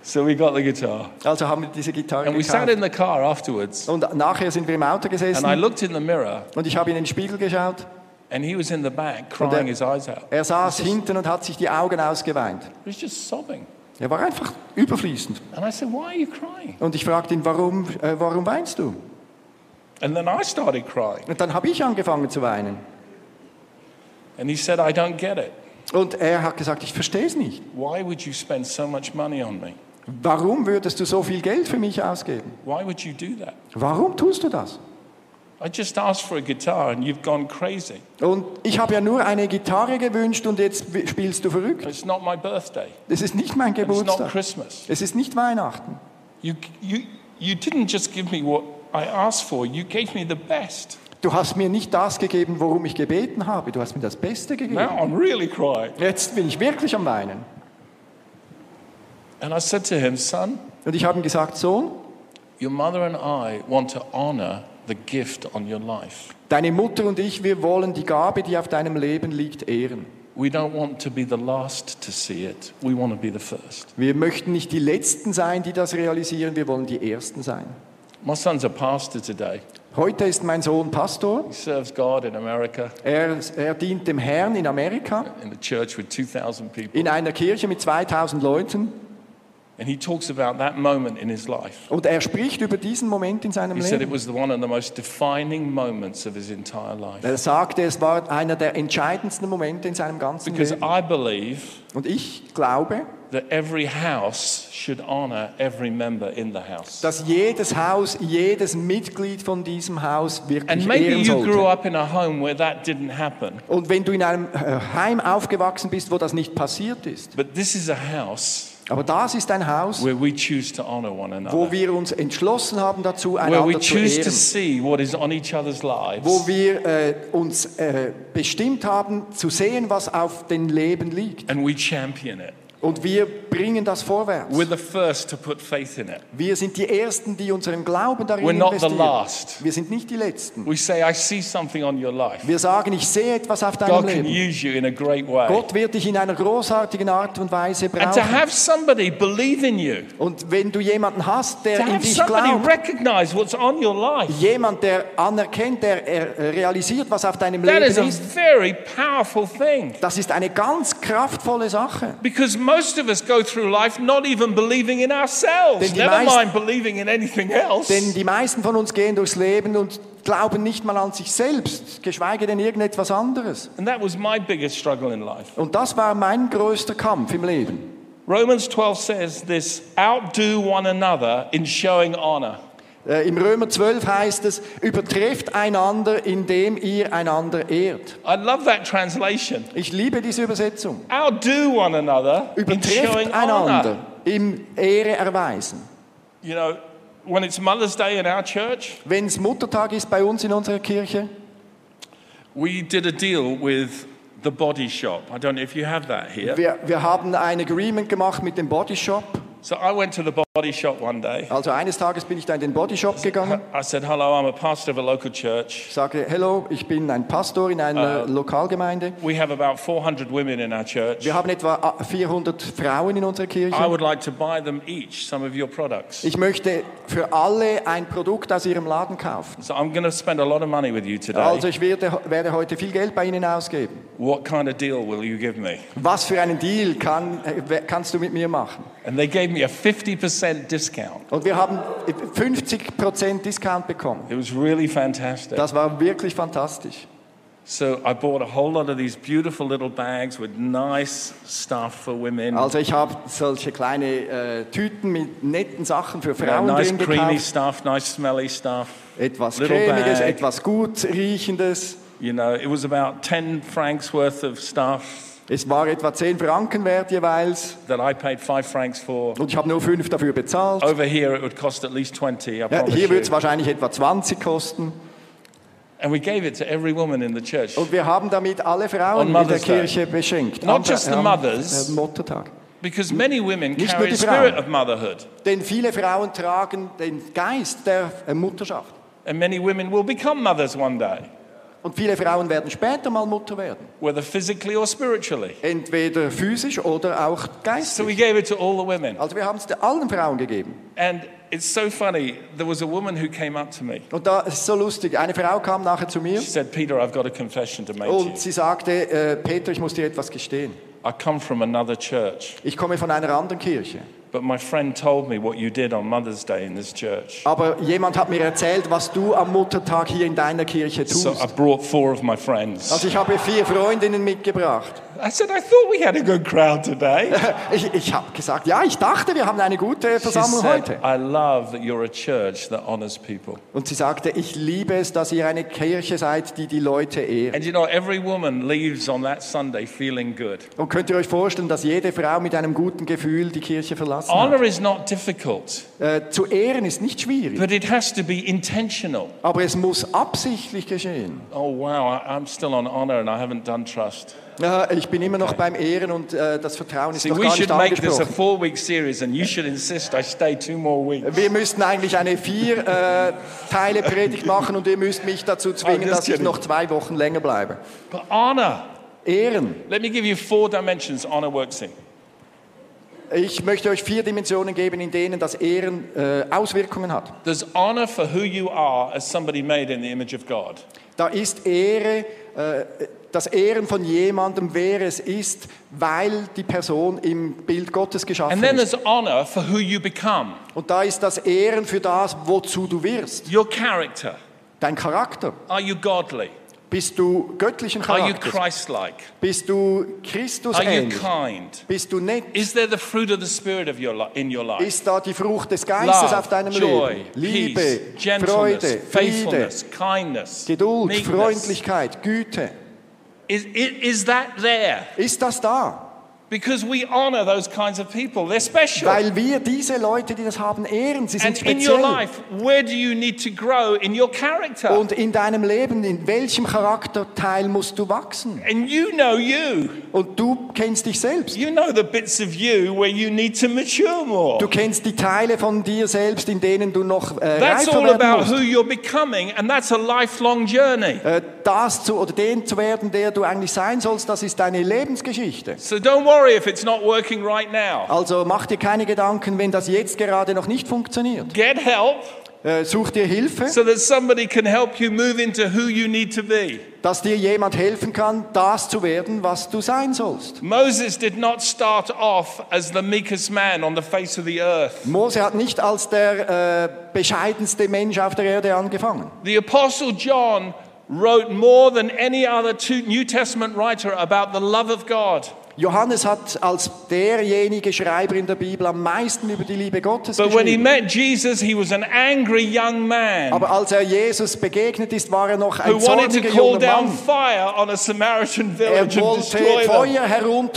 A: So we got the guitar.
B: Also haben wir diese Gitarre
A: And we sat
B: gekauft.
A: in the car afterwards.
B: Und nachher sind wir im Auto
A: And I
B: gesessen
A: looked in the mirror
B: und ich habe in den Spiegel geschaut.
A: and he was in the back crying his eyes out.
B: Er saß hinten und hat sich die Augen ausgeweint.
A: He was just sobbing.
B: Er war einfach überfließend.
A: And I said, why are you crying?
B: Und ich fragte ihn, warum, äh, warum weinst du?
A: And then I started crying.
B: Und dann habe ich angefangen zu weinen.
A: And he said, I don't get it.
B: Und er hat gesagt, ich verstehe es nicht.
A: Why would you spend so much money on me?
B: Warum würdest du so viel Geld für mich ausgeben?
A: Why would you do that?
B: Warum tust du das?
A: I just asked for a guitar and you've gone crazy.
B: Und ich habe ja nur eine Gitarre gewünscht und jetzt w- spielst du verrückt.
A: It's not my birthday.
B: Es ist nicht mein
A: It's not
B: Geburtstag.
A: Christmas.
B: Es ist nicht Weihnachten.
A: You, you, you didn't just give me what I asked for, you gave me the best.
B: Du hast mir nicht das gegeben, worum ich gebeten habe. Du hast mir das Beste gegeben.
A: Now I'm really crying.
B: Jetzt bin ich wirklich am Weinen.
A: And I said to him, Son,
B: Und ich habe ihm gesagt, Sohn,
A: your mother and I want to honor the gift on your life.
B: deine Mutter und ich, wir wollen die Gabe, die auf deinem Leben liegt, ehren.
A: We don't want to be the last to see it, we want to be the first.
B: Wir möchten nicht die Letzten sein, die das realisieren, wir wollen die Ersten sein.
A: My son's a pastor today.
B: Heute ist mein Sohn Pastor.
A: He serves God in America
B: Er, er dient dem Herrn in Amerika,
A: in a church with 2,000 people.
B: in einer Kirche mit 2000 Leuten.
A: And he talks about that moment in his life.
B: Und er spricht über diesen Moment in seinem
A: He said it
B: Leben.
A: was the one of the most defining moments of his entire life.
B: Er sagte, es war einer der entscheidendsten Momente in seinem ganzen
A: Because
B: Leben.
A: I believe
B: Und ich glaube,
A: that every house should honor every member in the house.
B: dass jedes Haus, jedes Mitglied von diesem Haus
A: And
B: wirklich
A: maybe
B: ehren
A: you grew
B: sollte.
A: up in a home where that didn't happen,
B: Und wenn du in einem äh, Heim aufgewachsen bist, wo das nicht passiert ist,
A: but this is a house
B: aber das ist ein Haus,
A: where we choose to honor one
B: wo
A: another,
B: wir uns entschlossen haben dazu,
A: where we
B: einander zu
A: choose to
B: ehren.
A: see what is on each other's
B: wo
A: lives,
B: wir äh, uns äh, bestimmt haben, zu sehen, was auf den Leben liegt.
A: and we champion it.
B: Und wir bringen das vorwärts.
A: We're the first to put faith in it.
B: Wir sind die Ersten, die unseren Glauben darin
A: We're not the
B: investieren.
A: last.
B: Wir sind nicht die Letzten.
A: We say, I see something on your life.
B: Wir sagen, ich sehe etwas auf deinem
A: God can
B: Leben.
A: use you in a great way.
B: Gott wird dich in einer großartigen Art und Weise
A: And to
B: brauchen.
A: have somebody believe in you,
B: Und wenn du jemanden hast, der
A: to
B: in
A: have
B: dich
A: somebody
B: glaubt,
A: recognize what's on your life,
B: jemand, der anerkennt, der äh, realisiert, was auf deinem
A: that
B: Leben
A: is a
B: ist,
A: very powerful thing.
B: das ist eine ganz kraftvolle Sache.
A: Because most of us go through life not even believing in
B: Denn
A: ourselves,
B: die
A: never
B: meisten-
A: mind believing in anything else.
B: Denn die meisten von uns gehen durchs Leben und glauben nicht mal an sich selbst, geschweige denn irgendetwas anderes.
A: And that was my biggest struggle in life.
B: Und das war mein größter Kampf im Leben.
A: Romans 12 says this outdo one another in showing honor.
B: Äh, Im Römer 12 heißt es, übertrefft einander, indem ihr einander ehrt.
A: I love that translation.
B: Ich liebe diese Übersetzung.
A: Outdo one another in showing
B: Übertrefft
A: honor.
B: einander im Ehre erweisen.
A: You know, when it's Mother's Day in our church,
B: Wenn es Muttertag ist bei uns in unserer Kirche,
A: we did a deal with the body shop. I don't know if you have that here.
B: wir, wir haben ein Agreement gemacht mit dem Body Shop.
A: So I went to the body shop one day.
B: Also eines Tages bin ich da in den Body Shop gegangen.
A: I said, Hello, I'm a pastor of a local church.
B: Ich sage, hello, ich bin ein Pastor in einer Lokalgemeinde.
A: We have about 400 women in our church.
B: Wir haben etwa 400 Frauen in unserer
A: I
B: Kirche.
A: would like to buy them each some of your products.
B: Ich möchte für alle ein Produkt aus ihrem Laden kaufen.
A: So I'm going to spend a lot of money with you today.
B: Also ich werde, werde heute viel Geld bei Ihnen ausgeben.
A: What kind of deal will you give me?
B: Was für einen Deal kann, äh, wer- kannst du mit mir machen?
A: And they gave me a 50% discount.
B: Und wir haben 50% Discount bekommen.
A: It was really fantastic.
B: Das war wirklich fantastisch.
A: So I bought a whole lot of these beautiful little bags with nice stuff for women.
B: Also ich habe solche kleine äh, Tüten mit netten Sachen für
A: You know,
B: Frauen
A: nice
B: drin
A: creamy
B: gekauft.
A: stuff, nice smelly stuff.
B: Etwas
A: little
B: cremiges,
A: bag.
B: etwas gut riechendes.
A: You know, it was about 10 francs worth of stuff
B: Es war etwa 10 Franken wert jeweils.
A: that I paid 5 francs for.
B: Und ich habe nur 5 dafür bezahlt.
A: Over here, it would cost at least 20, I
B: Ja,
A: promise
B: hier
A: you.
B: wird es wahrscheinlich etwa 20 kosten.
A: And we gave it to every woman in the church.
B: Und wir haben damit alle Frauen
A: On
B: in der
A: Mother's Day.
B: Kirche beschenkt.
A: Not
B: Am-
A: just the
B: am,
A: mothers.
B: äh, Muttertag.
A: Because many women
B: Nicht nur
A: carry
B: die
A: a
B: Frauen.
A: spirit of motherhood.
B: Denn viele Frauen tragen den Geist der äh, Mutterschaft.
A: And many women will become mothers one day,
B: Und viele Frauen werden später mal Mutter werden.
A: whether physically or spiritually.
B: Entweder physisch oder auch
A: So
B: geistig.
A: we gave it to all the women.
B: Also wir haben es allen Frauen gegeben.
A: And it's so funny. There was a woman who came up to me.
B: Und da ist so lustig. Eine Frau kam nachher zu mir
A: She said, Peter, I've got a confession to make to you.
B: und sie sagte, äh, Peter, ich muss dir etwas gestehen.
A: I come from another church,
B: Ich komme von einer anderen Kirche.
A: but my friend told me what you did on Mother's Day in this church.
B: Aber jemand hat mir erzählt, was du am Muttertag hier in deiner Kirche tust.
A: So I brought four of my friends.
B: Also ich habe vier Freundinnen mitgebracht.
A: I said, I thought we had a good crowd today.
B: Ich, ich habe gesagt, ja, ich dachte, wir haben eine gute
A: She
B: Versammlung
A: said,
B: heute.
A: I love that you're a church that honors people.
B: Und sie sagte, ich liebe es, dass ihr eine Kirche seid, die die Leute ehrt.
A: And you know, every woman leaves on that Sunday feeling good.
B: Und könnt ihr euch vorstellen, dass jede Frau mit einem guten Gefühl die Kirche verlassen hat?
A: Honor is not difficult,
B: Äh, zu ehren ist nicht schwierig,
A: but it has to be intentional.
B: aber es muss absichtlich geschehen.
A: Oh, wow, I- I'm still on honor and I haven't done trust.
B: Äh, ich bin immer noch beim Ehren und äh, das Vertrauen ist
A: See,
B: noch
A: we
B: gar
A: should
B: nicht
A: make this a
B: angesprochen.
A: four week series and you should insist I stay two more weeks.
B: Wir müssten eigentlich eine vier äh, Teile Predigt machen und ihr müsst mich dazu
A: Ah,
B: zwingen,
A: das
B: dass ich
A: geht
B: noch zwei Wochen länger bleibe.
A: But honor,
B: Ehren.
A: let me give you four dimensions honor works in.
B: Ich möchte euch vier Dimensionen geben, in denen das Ehren äh, Auswirkungen hat.
A: There's honor for who you are as somebody made in the image of God.
B: Da ist Ehre, äh, das Ehren von jemandem, wer es ist, weil die Person im Bild Gottes geschaffen
A: And then
B: ist.
A: there's honor for who you become,
B: Und da ist das Ehren für das, wozu du wirst.
A: your character.
B: Dein Charakter.
A: Are you godly?
B: Bist du göttlichen
A: Are you
B: Charakter?
A: Christ like?
B: Bist du Christus
A: Are you
B: ähnlich?
A: kind?
B: Bist du nett?
A: Is there the fruit of the Spirit of your li- in your life?
B: Ist da die Frucht des Geistes
A: Love,
B: auf deinem
A: joy,
B: Leben?
A: peace,
B: Liebe,
A: gentleness,
B: Freude, Friede,
A: faithfulness, kindness,
B: Geduld,
A: meekness.
B: Freundlichkeit, Güte.
A: Is, i- is that there?
B: Ist das da?
A: Because we honor those kinds of people. They're special.
B: Weil wir diese Leute, die das haben, ehren. Sie sind
A: and in your
B: speziell.
A: life, where do you need to grow in your character?
B: Und in deinem Leben, in welchem Charakterteil musst du wachsen?
A: and you know you.
B: Und du kennst dich selbst.
A: You know the bits of you where you need to mature more.
B: Du kennst die Teile von dir selbst, in denen du noch äh,
A: That's
B: reifer
A: all about
B: werden
A: who
B: musst.
A: you're becoming, and that's a lifelong journey.
B: Äh, Das zu oder den zu werden, der du eigentlich sein sollst, das ist deine Lebensgeschichte.
A: So don't worry if it's not working right now.
B: Also mach dir keine Gedanken, wenn das jetzt gerade noch nicht funktioniert.
A: Get help
B: Äh, Such dir Hilfe,
A: so that somebody can help you move into who you need to be.
B: dass dir jemand helfen kann, das zu werden, was du sein sollst.
A: Moses did not start off as the meekest man on the face of the earth.
B: Mose hat nicht als der äh, bescheidenste Mensch auf der Erde angefangen.
A: The Apostle John wrote more than any other two New Testament writer about the love of God.
B: Johannes hat als derjenige Schreiber in der Bibel am meisten über die Liebe Gottes
A: But when he
B: geschrieben.
A: met Jesus, he was an angry young man
B: Aber als er Jesus begegnet ist, war er noch
A: who
B: ein
A: wanted to
B: zorniger
A: call
B: junger
A: down
B: Mann.
A: fire on a Samaritan
B: Er
A: village and
B: wollte
A: destroy them.
B: Feuer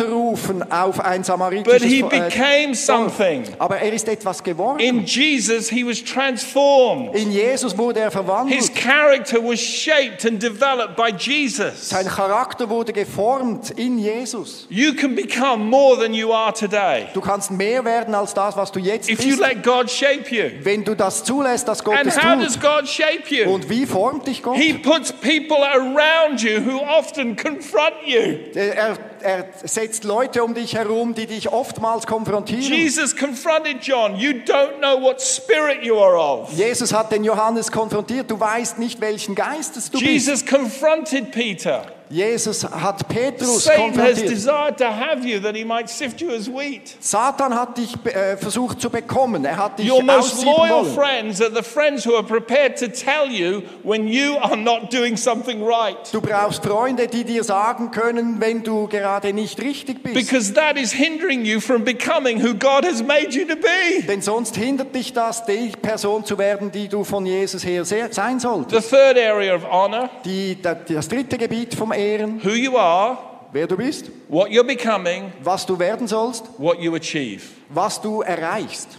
B: herunterrufen auf ein
A: But
B: samaritisches
A: he
B: Vo- äh,
A: became something.
B: Aber er ist etwas geworden.
A: In Jesus, he was transformed.
B: In Jesus wurde er
A: His
B: verwandelt.
A: character was shaped and developed by Jesus.
B: Sein Charakter wurde geformt in Jesus.
A: You can become more than you are today
B: Du kannst mehr werden als das, was du jetzt
A: if you
B: bist,
A: let God shape you.
B: wenn du das zulässt, dass Gott
A: And
B: es
A: how does
B: tut.
A: God shape you?
B: Und wie formt dich Gott?
A: He puts people around you who often confront you.
B: Er, er setzt Leute um dich herum, die dich oftmals konfrontieren.
A: Jesus confronted John. You don't know what spirit you are of.
B: Jesus hat den Johannes konfrontiert. Du weißt nicht, welchen Geistes du bist.
A: Jesus confronted Peter.
B: Jesus hat Petrus
A: Satan has
B: konfrontiert.
A: desired to have you that he might sift you as wheat.
B: Satan hat dich äh, versucht zu bekommen. Er hat dich
A: Your most
B: aussieben
A: loyal
B: wollen.
A: friends are the friends who are prepared to tell you when you are not doing something right.
B: Du brauchst Freunde, die dir sagen können, wenn du gerade nicht richtig bist.
A: Because that is hindering you from becoming who God has made you to be.
B: Denn sonst hindert dich das, die Person zu werden, die du von Jesus her se- sein solltest.
A: The third area of honor
B: Die, da- das dritte Gebiet vom Ehren,
A: who you are,
B: wer du bist,
A: what you're becoming,
B: was du werden sollst,
A: what you achieve.
B: was du erreichst.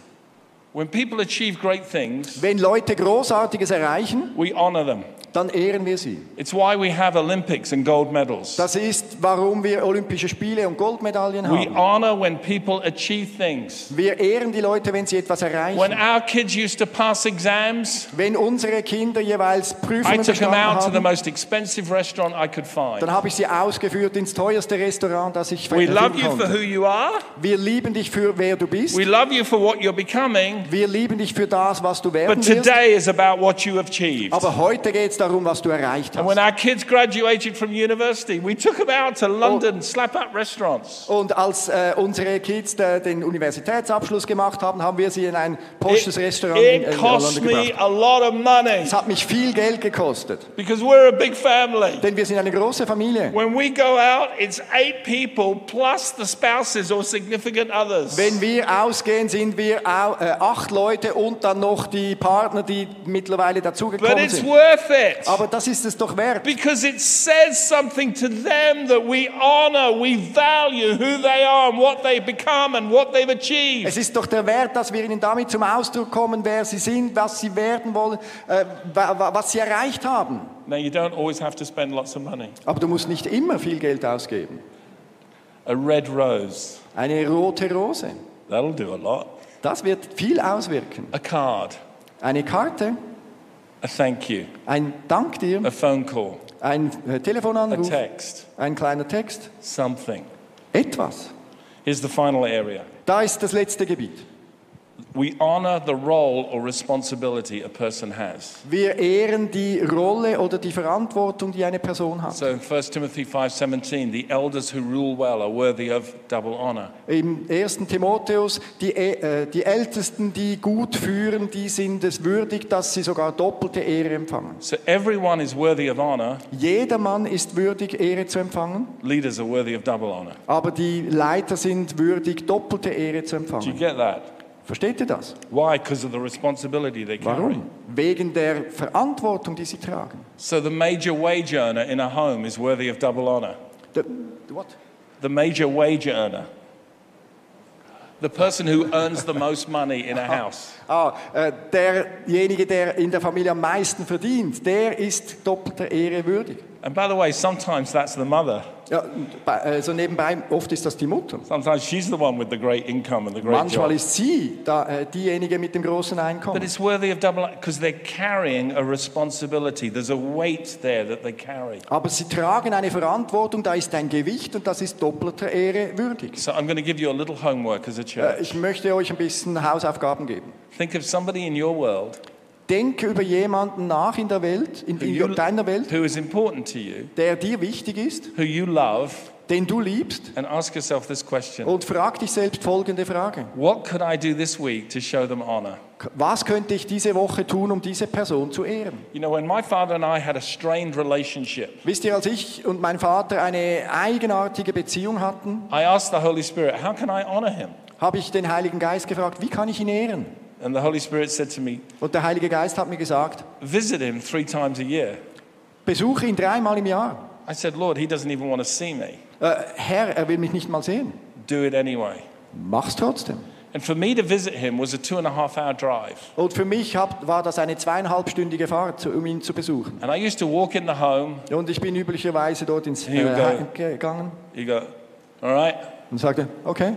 A: When people achieve great things,
B: Wenn Leute Großartiges erreichen,
A: we honor them.
B: dann ehren wir sie.
A: It's why we have Olympics and gold medals.
B: Das ist, warum wir Olympische Spiele und Goldmedaillen
A: We
B: haben.
A: honor when people achieve things.
B: Wir ehren die Leute, wenn sie etwas
A: When
B: erreichen.
A: our kids used to pass exams,
B: Wenn unsere Kinder jeweils
A: I
B: Prüfungen
A: took them
B: bestanden
A: out to the
B: haben,
A: most expensive restaurant I could find.
B: dann habe ich sie ausgeführt ins teuerste Restaurant, das ich
A: We
B: finden
A: love you for who
B: konnte.
A: you are.
B: Wir lieben dich für wer du bist.
A: We love you for what you're becoming.
B: Wir lieben dich für das, was du
A: But
B: werden wirst.
A: today is about what you have achieved.
B: Aber heute geht es darum, was du erreicht
A: And when
B: hast.
A: our kids graduated from university, we took them out to London slap up restaurants.
B: Und als äh, unsere Kids äh, den Universitätsabschluss gemacht haben, haben wir sie in ein posches Restaurant in,
A: it
B: in Holland
A: cost me
B: gebracht.
A: a lot of money
B: Es hat mich viel Geld gekostet,
A: because we're a big family.
B: denn wir sind eine große Familie.
A: When we go out, it's eight people plus the spouses or significant others.
B: Wenn wir ausgehen, sind wir au, äh, acht Leute und dann noch die Partner, die mittlerweile
A: But
B: dazugekommen
A: it's
B: sind.
A: worth it.
B: Aber das ist es doch wert,
A: Because it says something to them that we honor, we value who they are and what they've become and what they've achieved.
B: Es ist doch der Wert, dass wir ihnen damit zum Ausdruck kommen, wer sie sind, was sie werden wollen, äh, wa- wa- was sie erreicht haben.
A: Now, you don't always have to spend lots of money.
B: Aber du musst nicht immer viel Geld ausgeben.
A: A red rose,
B: Eine rote Rose,
A: that'll do a lot.
B: das wird viel auswirken.
A: A card,
B: Eine Karte,
A: a thank you,
B: ein Dank dir,
A: a phone call,
B: ein äh,
A: a
B: Telefonanruf,
A: text,
B: ein kleiner Text,
A: something.
B: etwas.
A: Here's the final area
B: Da ist das letzte Gebiet.
A: We honor the role or responsibility a person has.
B: Wir ehren die Rolle oder die Verantwortung, die eine Person hat.
A: So in 1 Timothy 5:17, the elders who rule well are worthy of double honor.
B: Im 1. Timotheus, die, Ä- äh, die Ältesten, die gut führen, die sind es würdig, dass sie sogar doppelte Ehre empfangen.
A: So everyone is worthy of honor,
B: Jedermann ist würdig, Ehre zu empfangen,
A: leaders are worthy of double honor.
B: aber die Leiter sind würdig, doppelte Ehre zu
A: Do you
B: empfangen.
A: get that?
B: Versteht ihr das?
A: Why? Because of the responsibility they carry.
B: Warum? Wegen der Verantwortung, die sie tragen.
A: So the major wage earner in a home is worthy of double honor.
B: The, what?
A: The major wage earner. The person who earns the most money in a house.
B: Ah, äh, derjenige, der in der Familie am meisten verdient, der ist doppelter Ehre würdig.
A: And by the way, sometimes that's the mother.
B: Ja, und bei- also nebenbei, oft ist das die Mutter.
A: Sometimes she's the one with the great income and the great
B: Manchmal
A: job.
B: ist sie da, äh, diejenige mit dem großen
A: But
B: Einkommen.
A: it's worthy of double because they're carrying a responsibility. There's a weight there that they carry.
B: Aber sie tragen eine Verantwortung, da ist ein Gewicht und das ist doppelter Ehre würdig.
A: So I'm going to give you a little homework as a
B: Äh,
A: church.
B: Ich möchte euch ein bisschen Hausaufgaben geben.
A: Think of somebody in your world
B: Denke über jemanden nach in der Welt, in,
A: you-
B: in deiner Welt,
A: who is important to you,
B: der dir wichtig ist,
A: who you love,
B: den du liebst
A: and ask yourself this question.
B: und frag dich selbst folgende Frage.
A: What could I do this week to show them honor?
B: K- Was könnte ich diese Woche tun, um diese Person zu ehren?
A: You know, when my father and I had a strained relationship,
B: Wisst ihr, als ich und mein Vater eine eigenartige Beziehung hatten,
A: I asked the Holy Spirit, How can I honor him?
B: habe ich den Heiligen Geist gefragt, wie kann ich ihn ehren?
A: And the Holy Spirit said to me,
B: Und der Heilige Geist hat mir gesagt,
A: Visit him three times a year.
B: besuche ihn dreimal im Jahr.
A: I said, Lord, he doesn't even want to see me.
B: Äh, Herr, er will mich nicht mal sehen.
A: Do it anyway.
B: Mach's trotzdem.
A: And for me to visit him was a two and a half hour drive.
B: Und für mich hab, war das eine zweieinhalbstündige Fahrt, zu- um ihn zu besuchen.
A: And I used to walk in the home.
B: Und ich bin üblicherweise dort ins
A: Here you
B: äh,
A: go.
B: Heim gegangen
A: You go, All right.
B: und sagte, okay.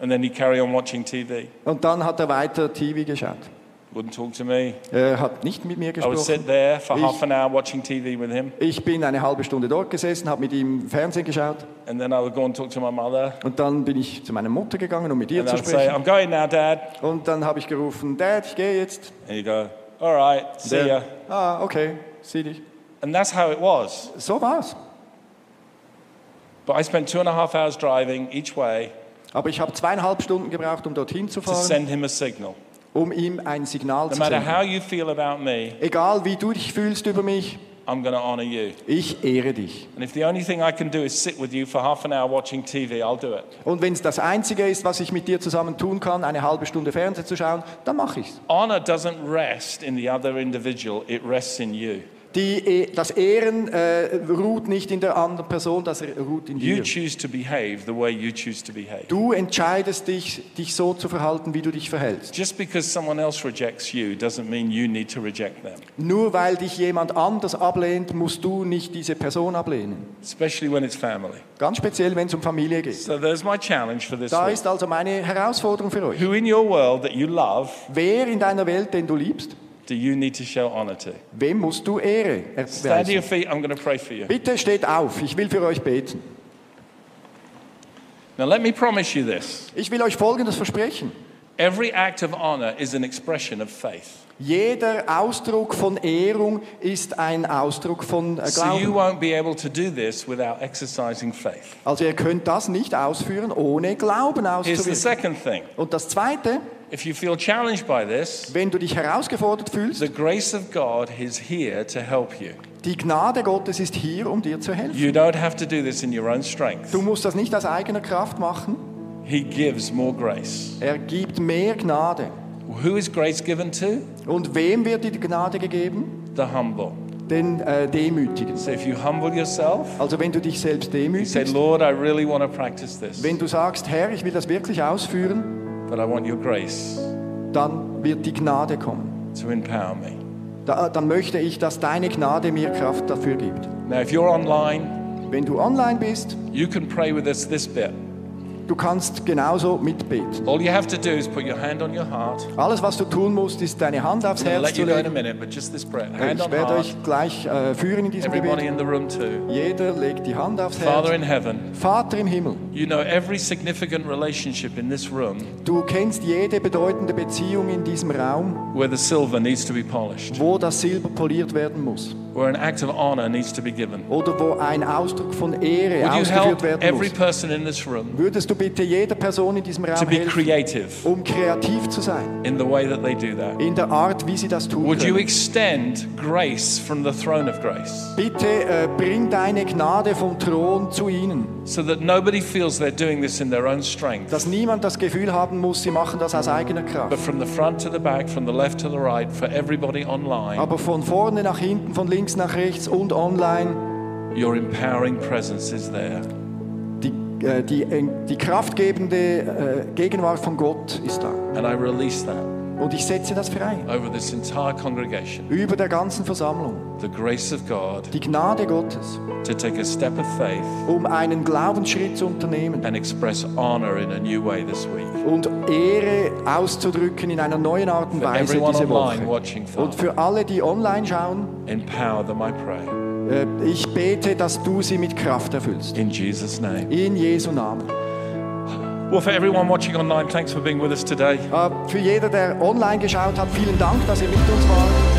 A: And then he'd carry on watching TV.
B: Und dann hat er weiter TV geschaut.
A: Wouldn't talk to me.
B: Er Äh, hat nicht mit mir
A: I would sit
B: gesprochen.
A: there for
B: Ich-
A: half an hour watching TV with him.
B: Ich bin eine halbe Stunde dort gesessen, habe mit ihm Fernsehen geschaut
A: And then I would go and talk to my mother.
B: und dann bin ich zu meiner Mutter gegangen, um mit ihr
A: And I
B: zu
A: would say,
B: sprechen.
A: I'm going now, Dad.
B: Und dann habe ich gerufen, Dad, ich gehe jetzt.
A: And you go, All right. See
B: Der-
A: ya.
B: Ah, okay, sieh dich.
A: And that's how it was.
B: So war's.
A: But I spent two and a half hours driving each way
B: Aber ich habe zweieinhalb Stunden gebraucht, um dorthin zu
A: to
B: fahren,
A: send him a signal.
B: um ihm ein Signal
A: No
B: zu
A: matter
B: senden.
A: how you feel about me,
B: Egal wie du dich fühlst über mich,
A: I'm going to honor you.
B: ich ehre dich.
A: And if the only thing I can do is sit with you for half an hour watching TV, I'll do it.
B: Und wenn es das Einzige ist, was ich mit dir zusammen tun kann, eine halbe Stunde Fernsehen zu schauen, dann mache ich's.
A: Honor doesn't rest in the other individual, it rests in you.
B: Die, E- das Ehren äh, ruht nicht in der anderen Person, das ruht in
A: You
B: dir.
A: choose to behave the way you choose to behave.
B: Du entscheidest dich, dich so zu verhalten, wie du dich verhältst.
A: Just because someone else rejects you doesn't mean you need to reject them,
B: Nur weil dich jemand anders ablehnt, musst du nicht diese Person ablehnen.
A: especially when it's family.
B: Ganz speziell, wenn es um Familie geht.
A: So there's my challenge for this
B: Da
A: week.
B: ist also meine Herausforderung für euch.
A: Who in your world that you love
B: Wer in deiner Welt, den du liebst,
A: do you need to show honor to?
B: wem musst du Ehre
A: Stand to your
B: erweisen?
A: feet, I'm going to pray for you.
B: Bitte steht auf, ich will für euch beten.
A: Now, let me promise you this
B: Ich will euch Folgendes versprechen.
A: every act of honor is an expression of faith.
B: Jeder Ausdruck von Ehrung ist ein Ausdruck von äh,
A: So, you
B: Glauben.
A: won't be able to do this without exercising faith.
B: Also ihr könnt das nicht ausführen, ohne Glauben
A: Here's the
B: auszuwirken.
A: second thing
B: Und das Zweite,
A: if you feel challenged by this,
B: wenn du dich herausgefordert fühlst,
A: the grace of God is here to help you.
B: die Gnade Gottes ist hier, um dir zu helfen.
A: You don't have to do this in your own strength,
B: Du musst das nicht aus eigener Kraft machen.
A: He gives more grace.
B: Er gibt mehr Gnade.
A: Who is grace given to?
B: Und wem wird die Gnade gegeben?
A: The humble.
B: Den äh, Demütigen.
A: So, if you humble yourself,
B: Also wenn du dich selbst
A: you say,
B: demütigst,
A: Lord, I really want to practice this,
B: wenn du sagst, Herr, ich will das wirklich ausführen,
A: but I want your grace
B: dann wird die Gnade kommen.
A: to empower me.
B: Da, dann möchte ich, dass deine Gnade mir Kraft dafür gibt.
A: Now, if you're online,
B: Wenn du online bist,
A: you can pray with us this bit.
B: du du kannst genauso mitbeten.
A: All you have to do is put your hand on your heart.
B: Alles, was du tun musst, ist deine Hand aufs
A: I'll
B: Herz
A: let
B: zu
A: you go in a
B: legen.
A: minute, but just this prayer. Hand
B: Ich
A: on
B: werde
A: heart.
B: euch gleich äh, führen in diesem
A: Everybody
B: Gebet.
A: in the room too.
B: Jeder legt die Hand aufs
A: Father
B: Herz.
A: in heaven,
B: Vater im Himmel,
A: you know every significant relationship in this room
B: du kennst jede bedeutende Beziehung in diesem Raum,
A: where the silver needs to be polished,
B: wo das Silber poliert werden muss
A: where an act of honor needs to be given.
B: oder wo ein Ausdruck von Ehre
A: Would you
B: ausgeführt
A: help
B: werden
A: every
B: muss.
A: person in this room
B: Würdest du bitte jeder Person in diesem
A: to
B: Raum
A: be
B: helfen,
A: creative
B: um kreativ zu sein,
A: in the way that they do that?
B: in der Art, wie sie das tun
A: Would you
B: können?
A: extend grace from the throne of grace
B: Bitte äh, bring deine Gnade vom Thron zu ihnen,
A: so that nobody feels they're doing this in their own strength,
B: dass niemand das Gefühl haben muss, sie machen das aus eigener
A: but
B: Kraft.
A: from the front to the back, from the left to the right, for everybody online,
B: Aber von vorne nach hinten, von links nach rechts und online,
A: your empowering presence is there.
B: die, äh, die, äh, die kraftgebende äh, Gegenwart von Gott ist da.
A: And I release that
B: Und ich setze das frei.
A: over this entire congregation.
B: Über der ganzen Versammlung.
A: The grace of God
B: Die Gnade Gottes,
A: to take a step of faith
B: um einen Glaubensschritt zu unternehmen
A: and express honor in a new way this week.
B: und Ehre auszudrücken in einer neuen Art und
A: For
B: Weise
A: everyone
B: diese
A: online
B: Woche.
A: watching,
B: Und
A: Father,
B: für alle, die online schauen,
A: empower them, I pray.
B: äh, ich bete, dass du sie mit Kraft erfüllst.
A: In Jesus' name.
B: In Jesu Namen.
A: Well, for everyone watching online, thanks for being with us today.
B: Äh, Für jeder, der online geschaut hat, vielen Dank, dass ihr mit uns wart.